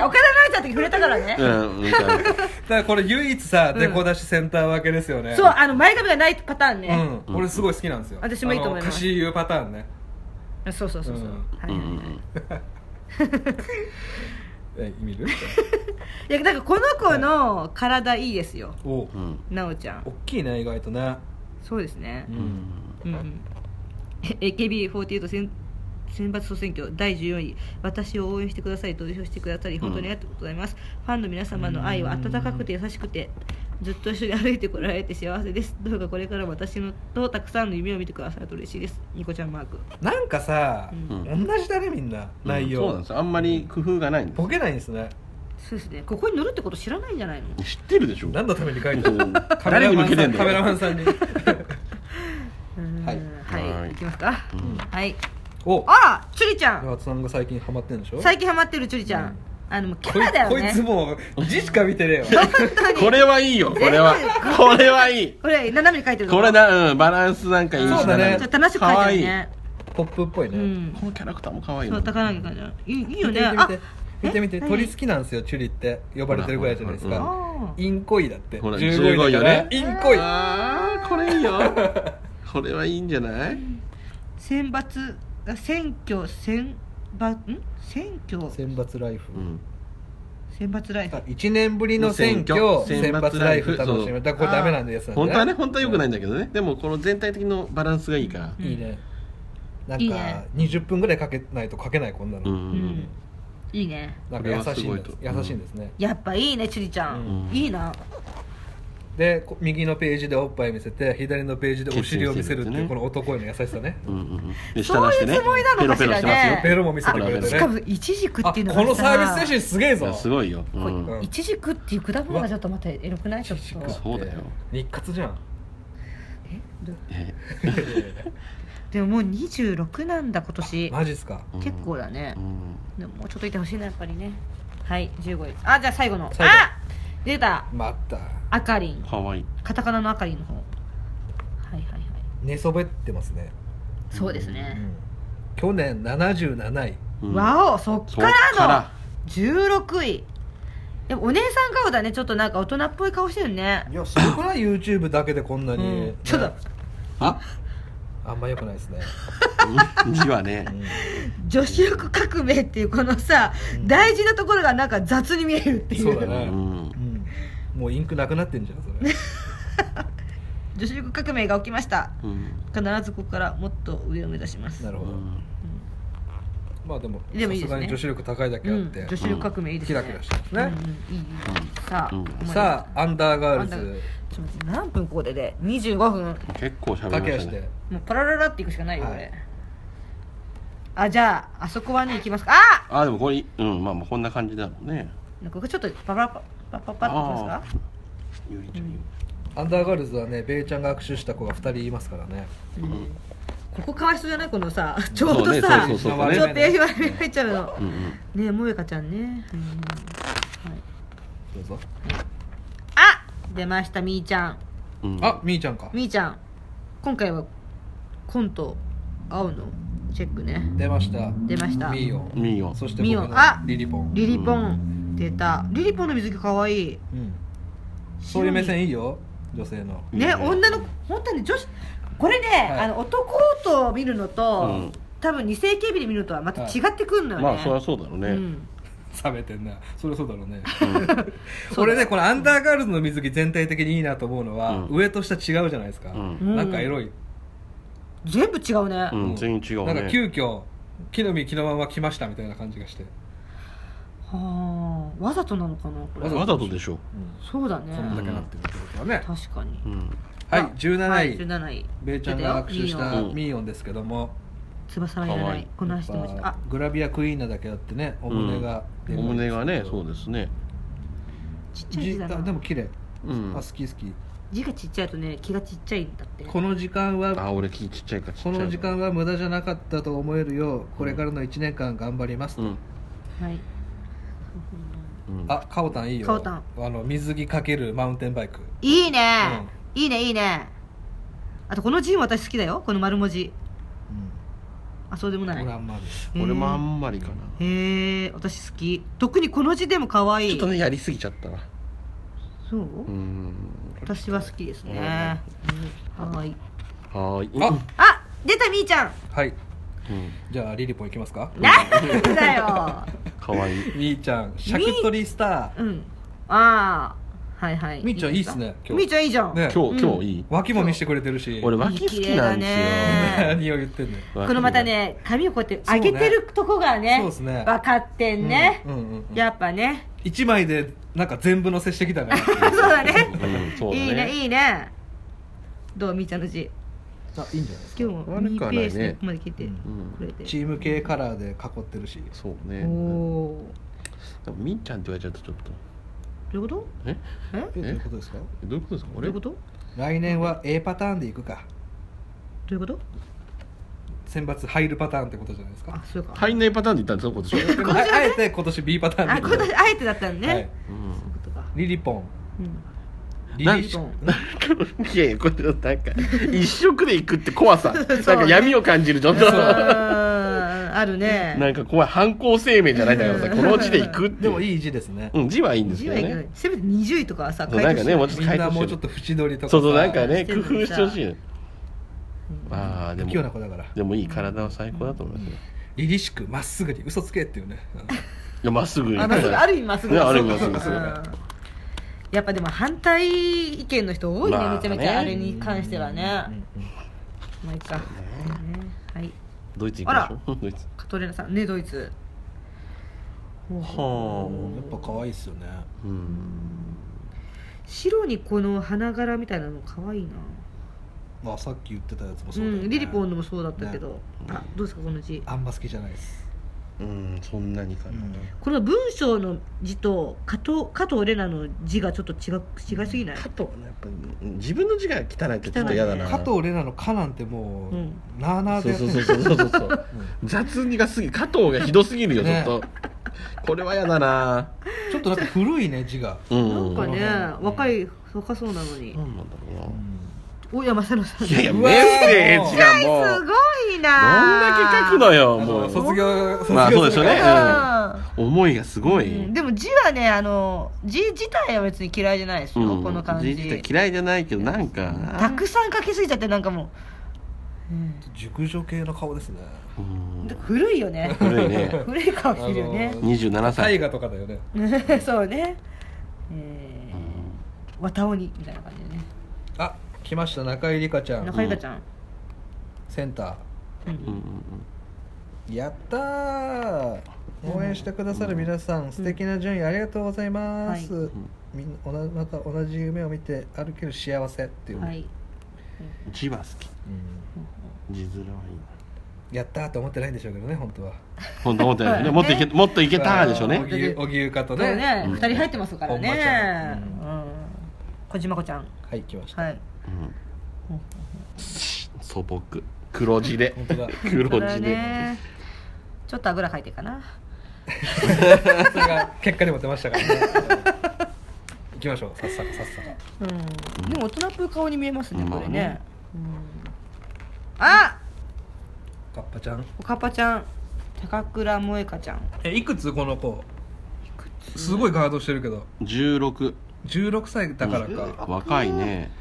A: ゃんの時触れたからね
C: ーうんみたいな
B: だからこれ唯一さデコ出しセンター分けですよね
A: そうあの前髪がないパターンね、
B: うん俺すごい好きなんですよ
A: 私もいいと思います
B: あの歌詞言うパターンね
A: そうそうそうそう、
B: うん
A: はいは
C: う
A: い
C: んう
A: はい
C: んうん
B: え見る
A: いやなんかこの子の体いいですよ
B: お
C: うん
A: 奈緒ちゃん
B: 大きいね意外とね
A: そうですね
B: う、
C: うんん
A: うんうん、AKB48 選選抜総選挙第14位私を応援してください投票してくださり本当にありがとうございます、ファンの皆様の愛は温かくて優しくてずっと一緒に歩いてこられて幸せですどうかこれからも私のとたくさんの夢を見てくださると嬉しいですニコちゃんマーク
B: なんかさ
A: う
B: 同
A: ん
B: じだねみんな内
C: そうなん
B: 容
C: ですよあんまり工夫がないんで
B: ボケないんですね
A: そうですねここに乗るってこと知らないんじゃないの
C: す知ってるでしょ
B: 何のために書いて
C: う
B: る
C: ん誰に向けてんだ
B: カメラマ
C: よ
B: ンさ んに
A: はいはい、
C: はい
A: い、きますか、
C: ん
A: はい
B: お
A: あらチュリちゃん
B: 岩田さんが最近ハマってんでしょ
A: 最近ハマってるチュリちゃん、
B: うん
A: あのもうキ
B: こ
A: ャ
B: い
A: ラだよ
B: こい
A: ね
B: つもう字しか見てね えわ
C: これはいいよこれはこれはいい
A: これ斜めに書いてるの
C: これな、うん、バランスなんかいいしな
B: そうだね
A: ちょっと楽しく書いてる
C: 可
A: ね
B: ポップっぽい
A: うん、
B: ね
C: 愛いこのキャラクターも可愛い
A: そ
C: な
A: う高柳さんじゃんいいいいよね
B: 見
A: あ
B: て見て見て見て見て
A: え
B: 鳥好きなんですよチュリって呼ばれてるぐらいじゃないです
C: うん
B: か
A: あー
B: インコイだって
C: ほら
B: 15位だから
C: 15
B: インコイ
C: あーこれいいよこれはいいんじゃない
A: 選抜あ選挙選抜ん選挙
B: 選抜ライフ
C: うん
A: 選抜ライフ
B: 1年ぶりの選挙
C: 選
B: 選
C: 挙
B: 抜ライフ楽し
C: そう
B: むだからこれダメなんですよ
C: 本当はね本当は良くないんだけどねでもこの全体的のバランスがいいから
A: うん
B: いいねないん
A: い
B: か
A: ね
B: 20分ぐらいかけないとかけないこんな
C: う
B: の
A: うんんいいね
B: なんか優しいんです
C: これはすごいと
B: 優しいんですね
A: やっぱいいねチュリちゃん、
C: うん
A: いいな
B: でこ右のページでおっぱい見せて左のページでお尻を見せるって
C: ケツ見せるって
B: い
C: ね
B: うこの男への優しさね
C: うんうんで
A: そういうつもりなのかしらね
B: ペロも見せてくれ
C: あ
B: て
A: しか
B: ね
A: もいちじくっ
B: あ
A: てい
B: こ
A: うのが
B: のサービス精
A: ビ
B: 神すげえ
C: いや
B: ぞ
C: すごいよ、うん
B: うん
A: いちじくっていう果物がちょっとまたエロくないちょっと
B: うわ
C: そうだよ
B: 日活じゃん
A: えど
C: え
A: でももう26なんだ今年
B: マジっすか
C: うん
A: 結構だね
C: う、ん
A: でももうちょっといてほしいなやっぱりねはい15位あじゃあ最後の
B: 最後
A: あ出た
B: また
A: あかりん
C: かわいい
A: カタカナのあかりんの方はいはいはい
B: 寝そべってますね
A: そうです
B: う
A: ね、
B: ん去年77位
C: うん
A: わおそっ
C: そ
A: か
C: っ
A: の
C: からら
A: 16位でもお姉さん顔だねちょっとなんか大人っぽい顔してるね
D: いやすごくない YouTube だけでこんなに、
A: うんちょっと
D: ね
C: あ
D: あんま良くないですね、
C: うん字はね
A: 女子力革命っていうこのさ大事なところがなんか雑に見えるっていう
D: そうだ
C: う
D: ね
C: ん
D: うん、もうインクなくなってんじゃん それ
A: 女子力革命が起きました
C: うん
A: 必ずここからもっと上を目指します
D: なるほど、まあでも
A: でもいいで
D: さすが
A: すね
D: に女子力高いだけあ
A: う
D: っ
A: ん、
D: て、
A: 女子力革命いいですね
B: キラキラしてますね
A: うんうんいいいいさあ、
C: うん
A: 思います
D: さあアンダーガール
A: アンダ
D: ズ
A: ちょっと待って何分ここでで25分
C: 結構喋
D: 駆
C: り
D: け
C: まし
D: 足
C: た
D: で、
C: ね
A: もうパラララっていくしかないよ、
D: はい
A: 俺あじゃああそこはね行きますかあ
C: あでもこれうんまあまあこんな感じだもんね
A: なんかここちょっとパパパパパパっていき
C: あ
A: ますか
C: ーゆりちゃんゆり
D: アンダーガールズはねベイちゃんが握手した子が2人いますからね
A: ここかわいそうじゃないこのさちょうどさ、
C: そうねそうそうそう
D: あれ
A: ちょっと
D: ね
A: 英語に入っちゃうの
C: うんうん
A: ねえ萌香ちゃんね、うんはい、
D: どうぞ
A: あ出ましたみーちゃん
C: うん
D: あみーちゃんか
A: みーちゃん今回はコント青のチェックね
D: 出ました
A: 出ました
D: みーよ
C: みーよ
D: そして
A: み
D: 僕
A: ーよ
D: の
A: あ
D: リリポン、
A: リリポン出たリリポンの水着かわいい
D: うん、そういう目線いいよ女性の
A: ね、
C: いいね
A: 女の本当に女子これね、
D: はい
A: あの男と見るのと、
C: うん
A: 多分二世警備で見るのとはまた違ってくるのよね、
C: まあそりゃそうだろうね
A: うん
D: 冷めてんなそれそうだろう ね
A: そうだ
B: 俺ねこのアンダーガールズの水着全体的にいいなと思うのは、
C: うん
B: 上と下違うじゃないですか、
C: うん
A: うん
B: なんかエロい、
A: 全部違うね、
C: うん全員違う
B: なんか
C: ね
B: 急遽木の実木のまま来ましたみたいな感じがして
A: はあわざとなのかなこれ
C: わざとでしょ
A: そうだね
B: こんだけなってるってことはね、
A: 確かに、
C: うん
B: はい
A: あ
B: 17位
A: はい17位
B: ベイちゃんが握手し
A: 出
B: た
A: よ
C: うん
B: ミーヨンですけども、
A: 翼はいら
C: か
A: な
C: わ
A: い
C: いい
A: この足でもちょっと
B: やっ
A: あ
B: ぱグラビアクイーンなだけあってねお胸が
C: お
B: 出るんで
C: 胸
B: すけど
C: がねそうですね
A: ちっちゃい
B: じ
A: 字だな
B: あでも綺麗
C: うん
B: あ好き好き
A: 字がちっちゃいとね気がちっちゃいんだって
B: この時間は
C: あ俺木ちっちゃいからちっちゃ
B: こ
C: いわ
B: の時間は無駄じゃなかったと思えるようこれからの1年間頑張ります、
C: うん
A: はい
C: うん
B: あカオタンいいよ
A: カオタン
B: あの水着かけるマウンテンバイク
A: いいね、いいねいいねあとこの字も私好きだよこの丸文字あそうでも
B: こ
A: な
B: れ
A: い
B: あんまです
A: うん
C: 俺もあんまりかな
A: へえ私好き特にこの字でも可愛い
C: ちょっとねやりすぎちゃったな
A: そう、
C: うん
A: 私は好きですね、うん、可愛い
C: はーい
B: あ
A: あ出たみーちゃん
B: はい
C: うん
B: じゃあリリポンいきますか
A: なんだよ
C: かわいい
B: みーちゃんシャキッとりスタ
A: うんああはいはい
B: みーちゃんいいっすね
A: ですか
B: 今日
A: みーちゃんいいじゃん、
B: ね
C: 今
A: うん
C: 日今日いい
B: ー脇も見せてくれてるし
C: 俺脇好きなんですよ
A: 綺麗だね
B: 何を言ってんのよ
A: このまたね髪をこうやって上げてるとこがね
B: そうですね
A: 分かってんね、
B: うんうんうん
A: やっぱね
B: 1枚でなんか全部乗せしてきたね
A: そうだね
C: うんそうだ
A: いいね
C: ね
A: いいねどうみーちゃんの字
B: あいいんじゃないですか
A: 今日も
C: 悪
A: ミ
C: く
A: ー
C: は
A: ペ
C: ないね
A: ースでここまで来て
B: うん
A: くれて、
B: チーム系カラーで囲ってるし
C: そう
A: お
C: ね
A: お
C: でもみんちゃんって言われちゃうとちょっと
A: ーどういうこと
C: え
A: え
B: えどういうことですか
C: どういうことですか
A: どうい
C: 俺
A: うことど
B: 来年は A パターンでいくか
A: ういうこと
B: 選抜入るパターンってことじゃないです
A: あ
B: か
A: そうか、
C: 体内パターンで言ったんです よ今年は
B: でもああえて今年 B パターン
A: あ
B: でいく
A: 今年あえてだったのね、
B: はい
A: そういうことか、
B: リリポン
A: うん、
B: リ
C: なん
B: リ
A: リボン
C: うん いやいやこれなんか一色で行くって怖さなんか闇を感じるちょっ
A: う
C: と
A: ーんあるね
C: なんか怖い犯行声明じゃないんだ からさこの字で行くって
B: でもいい字ですね
C: うん字はいいんです
A: 字
C: よ
A: はいけな
C: ね
A: いせめて20位とかはさ
C: そうな
A: 回答
C: んか
A: して
C: ねもうちょっと
B: みん
C: 書いて
B: なも
C: ほ
B: う
C: し
B: ち
C: い
B: ょっと縁取りとかさ
C: そうそうなんかね
A: して
C: 工
A: るのに
C: 夫してほしいのああで
B: 不
C: も
B: 器用な子だから
C: でもいい体は最高だと思いますよ
B: 凛々しくまっすぐに嘘つけっていうね
C: いやまっすぐ行
A: あ
C: く
A: ま
C: か
A: あそうだあ
C: ら
A: る意味まっすぐ
C: ねある意
A: そう
C: 味
A: か
C: まっすぐ
A: そうかうんやっぱでも反対意見の人多いね
C: まあ
A: めちゃめちゃあれに関してはね
B: うん
A: まあいいかねはい
C: ドイツ行きましょうドイツ
A: カトレーナさんねドイツ
B: うん
C: は
B: やっぱ可愛いっすよね
C: あうん
A: 白にこの花柄みたいなの可愛いな
B: まあさっき言ってたやつも
A: う
B: そうだよね
A: んリリポンのもそうだったけどあどうですかこの字
B: あんま好きじゃないです
C: うんそんなにかな
A: この文章の字と加藤加藤レナの字がちょっと違う違いすぎない
C: 加藤やっぱり自分の字が汚いってちょっと嫌だな
B: 加藤玲奈の「か」なんても
A: う
B: うんなあなあ
C: そ
B: で
C: う
B: やっ
C: そ
B: て
C: う
B: る
C: そうそうそうそう雑にがすぎ加藤がひどすぎるよちょっとこれは嫌だな
B: ちょっとなんか古いね字が
C: うん
A: なんかね
B: うん
A: 若い若そうなのに
C: なんなんだろ
A: 大山さのさん
C: うないやいや
B: うわー
C: メッセージがもう
A: すごいな
C: どんだけ書くのよも
B: もう
C: う
B: 卒業卒業
C: まあそうですよね
B: する
A: うな
C: 思いがすごい、
A: うんでも字はねあの字自体は別に嫌いじゃないですよ、
C: うん
A: この感
C: 字
A: じ
C: 自体嫌いじゃないけどなんか
A: たくさん書きすぎちゃってなんかもう、うん
D: 熟女系の顔ですね
C: うん
A: で古いよね
C: 古いね
A: 古い顔してるよね
B: あ、
C: 27歳
B: 大河とかだよね
A: そうねえー
C: うん
A: 綿鬼みたいな感じでね
D: あ来ました中井梨花ちゃん
A: 中井香ちゃん、
D: センタ
A: うん
C: うんうん
D: ーやったー応援してくださる皆さん、素敵な順位ありがとうございます、
A: は
D: みんなおなまた同じ夢を見て歩ける幸せっていう、
A: はい
C: うん字は好き
D: うん
C: 字面はいいな
D: やったーと思ってないんでしょうけどね本当は
C: 本当本当だよねもっといけもっといけたでしょう
D: お
C: ね
D: ぎゆおぎゆかと
A: そう
D: ね
A: ね、
C: う
A: 二
C: ん
A: 人入ってますから
D: ほんまちゃん
A: ね
D: う
A: うん小島子ちゃん
D: はい来ました、
A: はい
C: うん素朴黒字で
D: 本当だ
C: 黒
A: そうだ
C: 字で
A: ねちょっとあぐらかいてるかな
D: それが結果にも出ましたからね行きましょうさっさかさっさか
A: うんでも大人っぽい顔に見えますね
C: うん
A: これ
C: まあ
A: ね
C: ね
A: うんあ
D: カッパちゃん
A: おかっぱちゃん高倉萌香ちゃん
B: えいくつこの子すごいガードしてるけど
C: 16
B: 16歳だからか
C: 若いね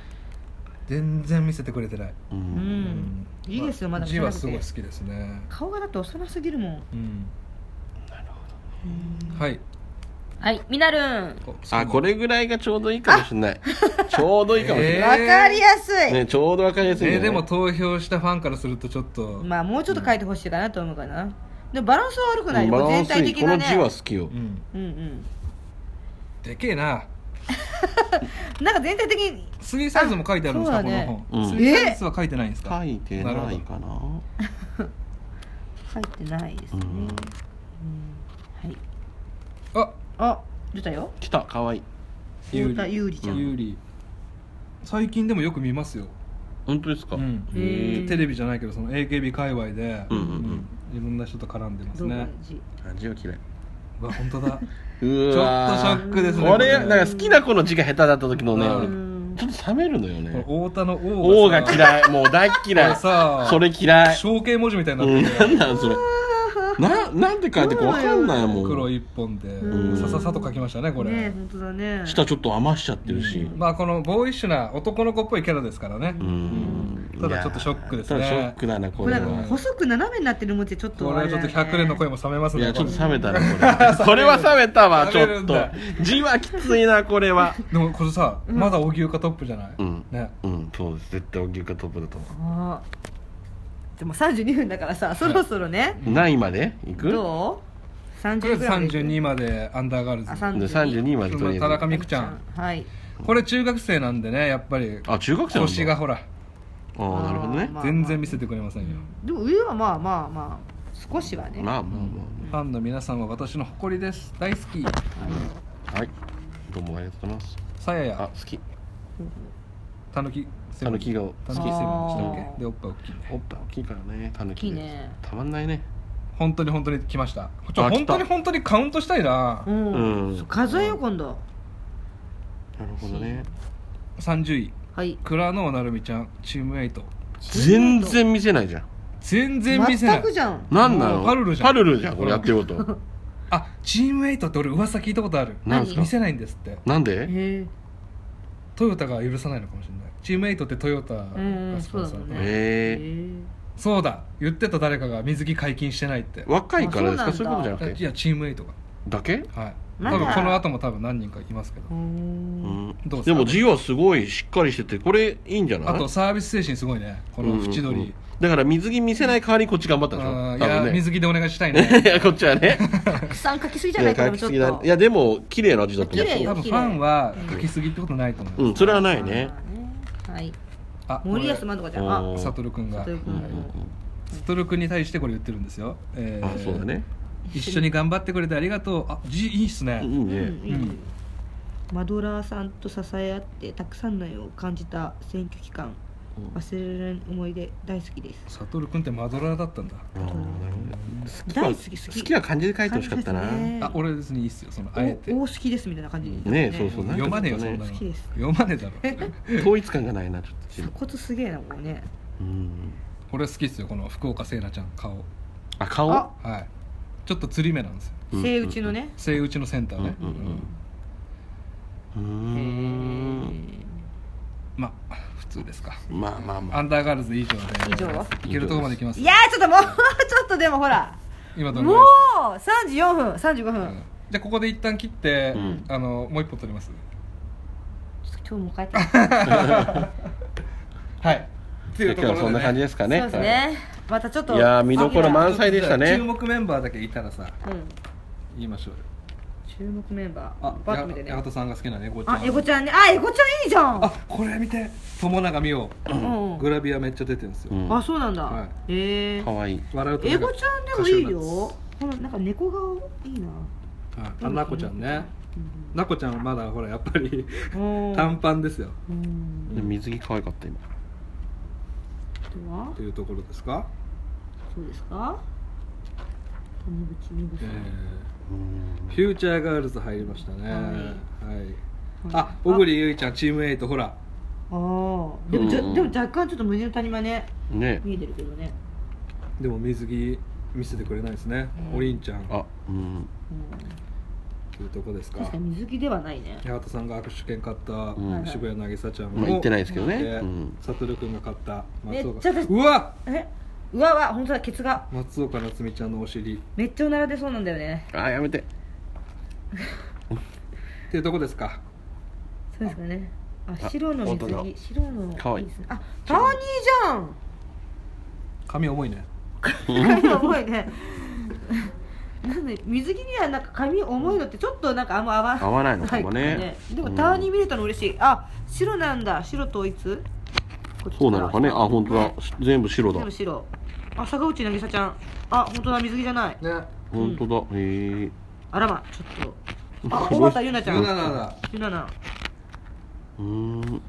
B: 全然見せてくれてない
C: うん
A: うん、いいですよまだ見
B: 字
A: せな
B: は
A: く
B: すごい
A: て
B: 好きですね
A: 顔がだって幼すぎるもん
B: うんはい
A: はいみなるん
C: あこれぐらいがちょうどいいかもしれないちょうどいいかもしれ
B: え
C: な
B: ー
A: わかりやす
C: い、
A: い
C: ね、ちょうどわかりやすいん
B: え
C: じゃ
B: ー
C: ない
B: でも投票したファンからするとちょっと、
A: まあもうちょっと書いてほしいかなと思うかなでもバランスは悪く
C: う
A: ない
C: ん
A: よ
C: バラン
A: 全
C: ス
A: 体
C: いい
A: 的
C: こ
A: な
C: の
A: ね
C: 字は好きよ
B: うん、
A: うんうん
B: でけえな
A: なんか全体的に
B: スリーサイズも書いてあるんですか、
A: あそうだね
B: この本、
C: う
B: ス
C: ん
B: リーサイズは書いてないんですか、
C: 書いてないかな
A: 入ってないです
C: う
A: ね、
C: ん
A: はい
B: あ
A: あ出たよ
C: 来たかわいい
B: 有利
A: 太田優里ちゃん、
B: 有利最近でもよく見ますよ、
C: 本当ですか、
B: うん
A: へー
B: テレビじゃないけどその AKB 界隈で、
C: うんうん
B: いろんな人と絡んでます
A: 動画
B: ね
A: の字
C: 字は嫌いう
B: わ本当 だ
C: うわ
B: ちょっとショックですね
C: これなんか好きな子の字が下手だった時のね、
B: うん
C: 俺
A: うん
C: ちょっと冷めるのよ
B: この
C: ね
B: 太田の
C: 「
B: 王
C: 王
B: が
C: が
B: さ
C: 嫌いもう大っ嫌い
B: これさ
C: それ嫌い
B: 象形文字みたいに
C: うん
B: なって
C: なんなんそれななんで書いてかわかんないも
B: る黒
C: ん
B: 一本で
A: うん
B: さささと書きましたねこれ、
A: ね本当だね
C: 下ちょっと余しちゃってるし
B: まあこのボーイッシュな男の子っぽいキャラですからね、
C: うん
B: ただちょっとショックですね
C: いやーただショックだなこ
A: これ
C: れ
A: なんか
C: は
A: 細く斜めになってる文字ちょっと
B: これはちょっと100年の声
A: も
B: も冷めます
C: い
B: ね
C: やちょっ
B: ことれ
C: 冷めたなこれこれは冷めたわ ち
B: 冷め
C: ょ
B: る
C: っ
B: ん
C: と
B: だ
C: 字はきついなこれは
B: でもこれさ、まだ荻生かトップじゃない、
C: うん
B: ね
C: うんそうです絶対荻生がトップだと思
A: あーでも32分だからさそろそろね、
C: う何位までいく
A: どう
B: とりあえず
A: 30ぐらいま
B: 32まで
A: で
B: アンダーガールズ
A: あ
C: で
A: 32
C: 32位までとり
B: 田
C: あ
B: 中
C: え
B: 美久ちゃん
A: はい
B: これ中学生なんでねやっぱり
C: ずあ中学生なんだ
B: 腰がほら
C: ああなるほどね
A: まあ
B: 全然見せてくれませんよ、
A: でも上はまあまあまあ少しはね、
C: まあまあま
B: ファンの皆さんは私の誇りです大好き
C: あはいどうもありがとうございます
B: さや
C: あ
B: や
C: 好き
B: たぬき
C: たぬきが好
B: た
C: き
B: ぬきセブンでしたっけでおっぱい大きいね
C: おっぱい大きいからねたぬ
A: い
C: き
A: い
C: で
A: ね
C: たまんないね
B: 本当に本当に来ましたち
C: あ
B: ょ
C: 来た
B: 本当に本当にカウントしたいな
A: うん、
C: うん
A: そう数えよう今度
C: なるほどね
B: 30位
A: はい
B: 倉野なるみちゃんチームエイト
C: 全然見せないじゃん
B: 全然見せな
A: 全
B: い
A: くじゃん
C: なんなの
B: もうパルルじゃん
C: パルルじゃんこれやってる こと
B: あチームエイトって俺噂聞いたことある
C: なんすか
B: 見せないんですって
C: なんで
A: へ
B: トヨタが許さないのかもしれないチームエイトってトヨタが
A: えうん
B: スポ
A: そう
B: ン
A: だ
B: サー
A: もん
B: と
A: ね
B: か
C: へ
B: そうだ言ってた誰かが水着解禁してないって
C: 若いからですか
A: あそ
C: そ
A: うう
C: いう
A: な
C: こと
A: んだ
C: じゃなく
B: い
C: て
B: やチームエイトが
C: だけ
B: はい
A: ま
B: 多
A: だ
B: 分この後も多分何人かいますけど
A: うー
C: うんん
B: どう
C: でも字はすごいしっかりしててこれいいんじゃない
B: あとサービス精神すごいねこの縁取
C: うんうん
B: り
C: だから水着見せない代わりにこっち頑張ったでしょ
B: あーい
C: 多
B: や
C: 分ね
B: 水着でお願い したいね
C: いやこっちはね
A: たくさん書きすぎじゃ
C: い
A: な
C: や
A: いか
C: 書
A: も
C: き
A: ちょ
C: す
A: っ
C: ぎだ
A: と
C: いやでも綺麗な字だと
A: 綺
C: 思う
A: 麗よ
B: 多分ファンは書きすぎってことないと思
C: う
B: うん
C: それはないね
A: はい
B: あこれ
A: 森保まどかちゃん
C: お
A: あ
C: ー
B: サトルくんが
A: というこ
C: うん
A: と
C: うん
A: で
B: サトルくんに対してこれ言ってるんですよえ
C: うんあ
B: ー
C: そうだね
B: 一緒に頑張ってくれてありがとうあ字いいっす
C: いい
B: ね
A: う
C: ね
A: んいいねマドラーさんと支え合ってたくさんの愛を感じた選挙期間忘れられない思い出大好きです
B: サトルくんってマドラーだったんだ
C: あーなるほどね
A: 大好き好き
C: 好きは漢字で書いてほしかったな
A: 感じですね
B: あ俺別にいいっすよそのあえて
A: お大好きですみたいな感じに
C: ねそうそう
B: 読まねえよそんなの
A: 好きです
B: 読まねえだろ
C: 統一感がないなちょっと字
A: 鎖骨すげえなこれね
C: うん
B: 俺好きっすよこの福岡せいなちゃん顔
C: あ顔
A: あ
B: はいちょっと釣り目なんですよ
C: うん
A: セイウチのね
B: セイウチのセンターね、
C: うんうんうんうー
A: へ
C: ん
A: ー
B: まあ普通ですか
C: まあまあま
B: ア
C: あ
B: ンダーガールズ以上で
A: 以上はい
B: けるとこまでいきます
A: いやーちょっともうちょっとでもほら
B: 今どのぐ
A: も
B: らいう
A: 34分35分、
B: うんじゃあここで一旦切って、
C: うん
B: あのもう一本取ります
A: ちょっと今日もう帰って
B: はいっていう
C: 今
B: ところ
C: 日は
B: で、ね、
C: そんな感じですかね
A: そうですねまたちょっ
C: は
A: と
C: いいやー見どころ満載でした
B: 注
C: ね
B: 目メンバーだけいたらさ
A: うん
B: 言いましょうよ
A: 注目メンバー
B: あ
A: あバッと見てね
B: や八幡さんが好きなねゴちゃん
A: あエゴちゃんねあエゴちゃんいいじゃん
B: あこれ見て友永美桜
A: うん
B: グラビアめっちゃ出てるんですよ、
C: うん
A: あそうなんだ、
B: は
A: へえ
C: かわいい
B: 笑うと
A: エゴちゃんでもい
B: 歌手に
A: い
B: なるです
A: よほらなんか猫顔いいな
B: はいあなこちゃんねなこちゃんはまだほらやっぱり
A: うん
B: 短パンですよ
A: うん
C: で水着可愛かった今
A: あとは
B: というところですか、
A: そうですかタメ口メグ
B: え
A: さん、
B: ー
C: うーん
B: フューチャーガールズ入りましたね
A: は
B: はいい、
A: はい
B: あ小栗ゆいちゃんチーム8ほら
A: あーでもじゃ、
C: うん
A: でも若干ちょっと胸の谷間ね
C: ね
A: 見えてるけどね、
B: でも水着見せてくれないですね、
A: うん
B: おりんちゃん
C: あうん
A: うん、
B: というとこですか
A: 確かに水着ではないね
B: 八幡さんが握手券買った、
C: ん
B: 渋谷渚ちゃん
C: まあ行ってないですけどね
B: で
C: うん
B: 悟君が買った
A: めっ
B: 松岡
A: ちゃです
B: うわ
A: えうわうわ本当だケツが
B: 松岡夏美ちゃんのお尻っ
A: めっちゃおなら出そうなんだよね
C: あやめて
B: ていうとこですか
A: そうですかねあ
C: あ
A: 白の水
C: 本当
A: 着
C: だ
A: 白の
C: かわいい
A: ですねあターニーじゃん
B: 髪重いね
A: 髪重いねなんで水着にはなんか髪重いのってちょっとなんかあんま合わ
C: 合わないのかもね
A: でもターニー見れたの嬉しい、あ白なんだ白統一
C: そうなのかねあ本当だ
A: ね
C: 全部白だ
A: 全部白あ坂内渚ちゃんあ本当だ水着じゃない
B: ね
C: 本当だへえ
A: あらまちょっとあ小畑優奈ち
B: 17
A: ゃん
B: だ
A: 優奈な
C: うーん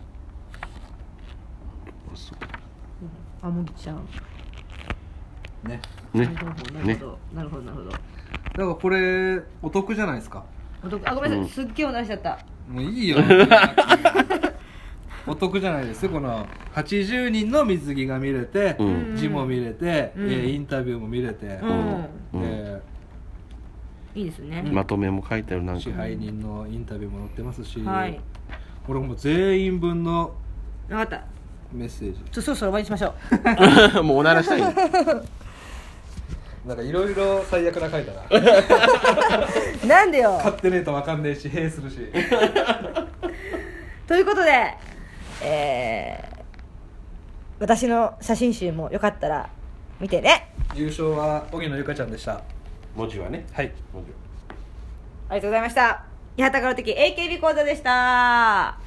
C: そ
A: あもぎちゃん
B: ね
C: うね
A: なるほどなる
C: ね
A: ほど、なるほどなるほど
B: だからこれお得じゃないですか
A: お得あごめんなさい、
C: うん
A: すっげえおならしちゃった
B: もういい よお得じゃないですこの80人の水着が見れて、
C: うん
B: 字も見れて、
A: うん
B: えーインタビューも見れて、
A: うん
C: うん
B: え
A: いいですね、
C: まとめも書いてあるな
B: ー
C: んか
B: 支配人のインタビューも載ってますし、
A: はい
B: 俺もう全員分の
A: 分かったちょ
B: メッセージ
A: っとそろそろ終わりにしましょう
C: もうおならしたい
B: なんかいろいろ最悪な書いたな
A: なんでよ
B: 買ってねえとわかんねえし閉するし
A: ということでえー、私の写真集もよかったら見てね
B: 優勝は荻野由香ちゃんでした
C: 文字はね
B: はい
C: 文字は
A: ありがとうございました八幡から的 AKB 講座でした